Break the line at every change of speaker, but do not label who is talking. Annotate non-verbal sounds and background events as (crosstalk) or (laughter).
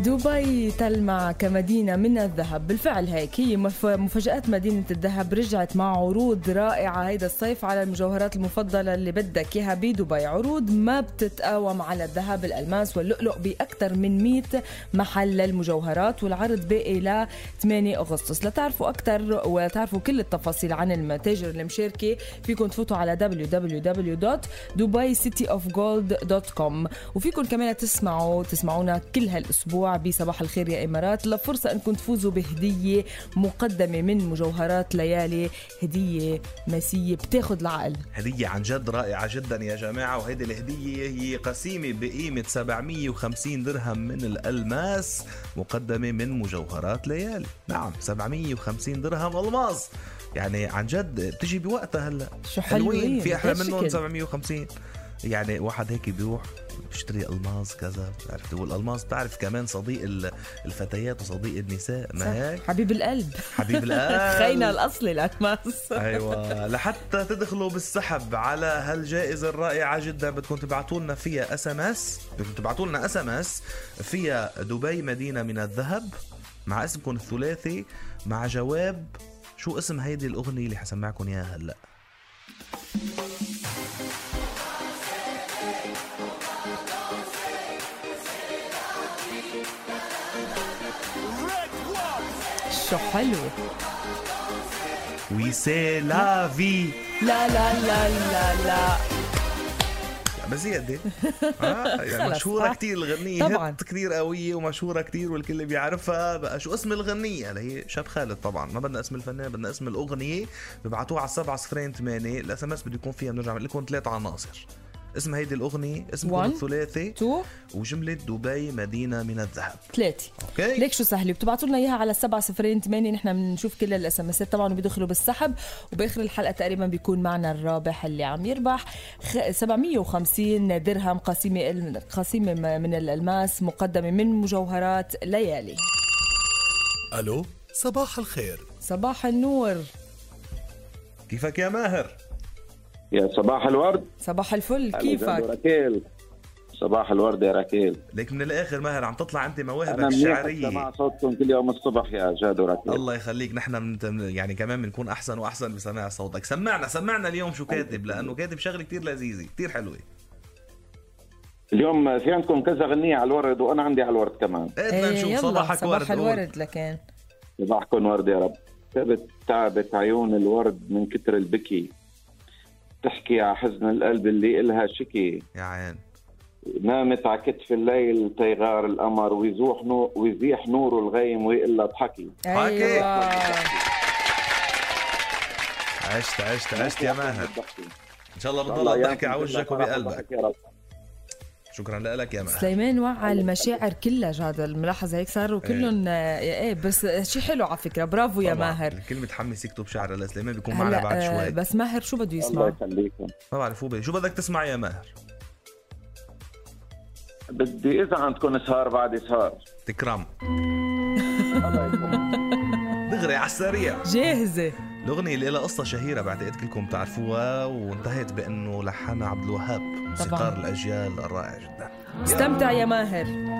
دبي تلمع كمدينة من الذهب بالفعل هيك هي مف- مفاجآت مدينة الذهب رجعت مع عروض رائعة هيدا الصيف على المجوهرات المفضلة اللي بدك إياها بدبي عروض ما بتتقاوم على الذهب الألماس واللؤلؤ بأكثر من 100 محل للمجوهرات والعرض باقي ل 8 أغسطس لتعرفوا أكثر وتعرفوا كل التفاصيل عن المتاجر المشاركة فيكم تفوتوا على www.dubaicityofgold.com وفيكم كمان تسمعوا تسمعونا كل هالاسبوع بصباح الخير يا امارات لفرصه انكم تفوزوا بهديه مقدمه من مجوهرات ليالي هديه ماسيه بتاخذ العقل
هدية عن جد رائعة جدا يا جماعة وهيدي الهدية هي قسيمة بقيمة 750 درهم من الألماس مقدمة من مجوهرات ليالي نعم 750 درهم ألماس يعني عن جد بتجي بوقتها هلا
شو حلوين
حلوين في أحلى منهم
هالشكل.
750 يعني واحد هيك بيروح بيشتري الماس كذا عرفت والالماس بتعرف كمان صديق ال- الفتيات وصديق النساء
صح.
ما هيك
حبيب القلب (laughs)
حبيب القلب
خينا الاصلي الالماس
ايوه لحتى تدخلوا بالسحب على هالجائزه الرائعه جدا بدكم تبعتوا لنا فيها اس ام اس بدكم تبعتوا لنا اس ام اس فيها دبي مدينه من الذهب مع اسمكم الثلاثي مع جواب شو اسم هيدي الاغنيه اللي حسمعكم اياها هلا
شو حلو
وي سي لا في
لا لا لا لا لا
بس هي
(laughs)
قد ايه؟ آه، يعني
خلص،
مشهوره
آه.
كثير الغنيه
طبعاً.
هيت كثير قويه ومشهوره كثير والكل بيعرفها بقى شو اسم الغنيه اللي هي شاب خالد طبعا ما بدنا اسم الفنان بدنا اسم الاغنيه ببعتوها على 7028 الاس ام اس بده يكون فيها بنرجع بنقول لكم ثلاث عناصر اسم هيدي الاغنيه اسمكم
One.
الثلاثي
تو
وجمله دبي مدينه من الذهب
ثلاثة
اوكي
ليك شو سهله بتبعتوا لنا اياها على 7 0 8 نحن بنشوف كل الاس ام طبعا وبيدخلوا بالسحب وباخر الحلقه تقريبا بيكون معنا الرابح اللي عم يربح خ- 750 درهم قسيمه ال- قسيمه م- من الالماس مقدمه من مجوهرات ليالي
ألو صباح الخير
صباح النور
كيفك يا ماهر
يا صباح الورد
صباح الفل
أهلا وسهلا
كيفك
راكيل صباح الورد يا راكيل
ليك من الاخر ماهر عم تطلع انت مواهبك
انا منيح
الشعريه
اسمع صوتكم كل يوم الصبح يا جاد وراكيل
الله يخليك نحن من من- يعني كمان بنكون احسن واحسن بسماع صوتك سمعنا سمعنا اليوم شو كاتب لانه كاتب شغله كتير لذيذه كتير حلوه
اليوم في عندكم كذا غنية على الورد وانا عندي على الورد كمان
قدنا
إيه،
نشوف
يلا،
صباحك ورد
صباح
قول.
الورد لكن
صباحكم ورد يا رب تعبت تعبت عيون الورد من كتر البكي تحكي على حزن القلب اللي إلها شكي
يا عين
نامت على كتف الليل تيغار القمر ويزوح نور ويزيح نوره الغيم وإلا ضحكي
حكي.
ايوه
عشت عشت عشت يا ماهر
ضحكي.
ان شاء الله بتضل
والله أيامكم
الضحكه على
كلها
وجهك
فرح
وبقلبك
وضحك يا رب
شكرا لك يا ماهر
سليمان وعى المشاعر كلها جاد الملاحظة هيك صاروا كلهم آه، ايه بس شيء حلو على فكرة برافو يا
إيه. طبعاً.
ماهر
الكلمة حمس يكتب شعر لسليمان بيكون معنا بعد
آه،
شوي
بس ماهر شو بده
الله
يسمع؟
يخليكم
ما بعرف هو بي- شو بدك تسمع يا ماهر
بدي اذا عندكم سهار بعد سهار
تكرم
الله يكرمك
دغري على السريع
جاهزة
الأغنية اللي لها قصة شهيرة بعتقد كلكم بتعرفوها وانتهت بأنه لحنها عبد الوهاب موسيقار الأجيال الرائع جدا
استمتع يا ماهر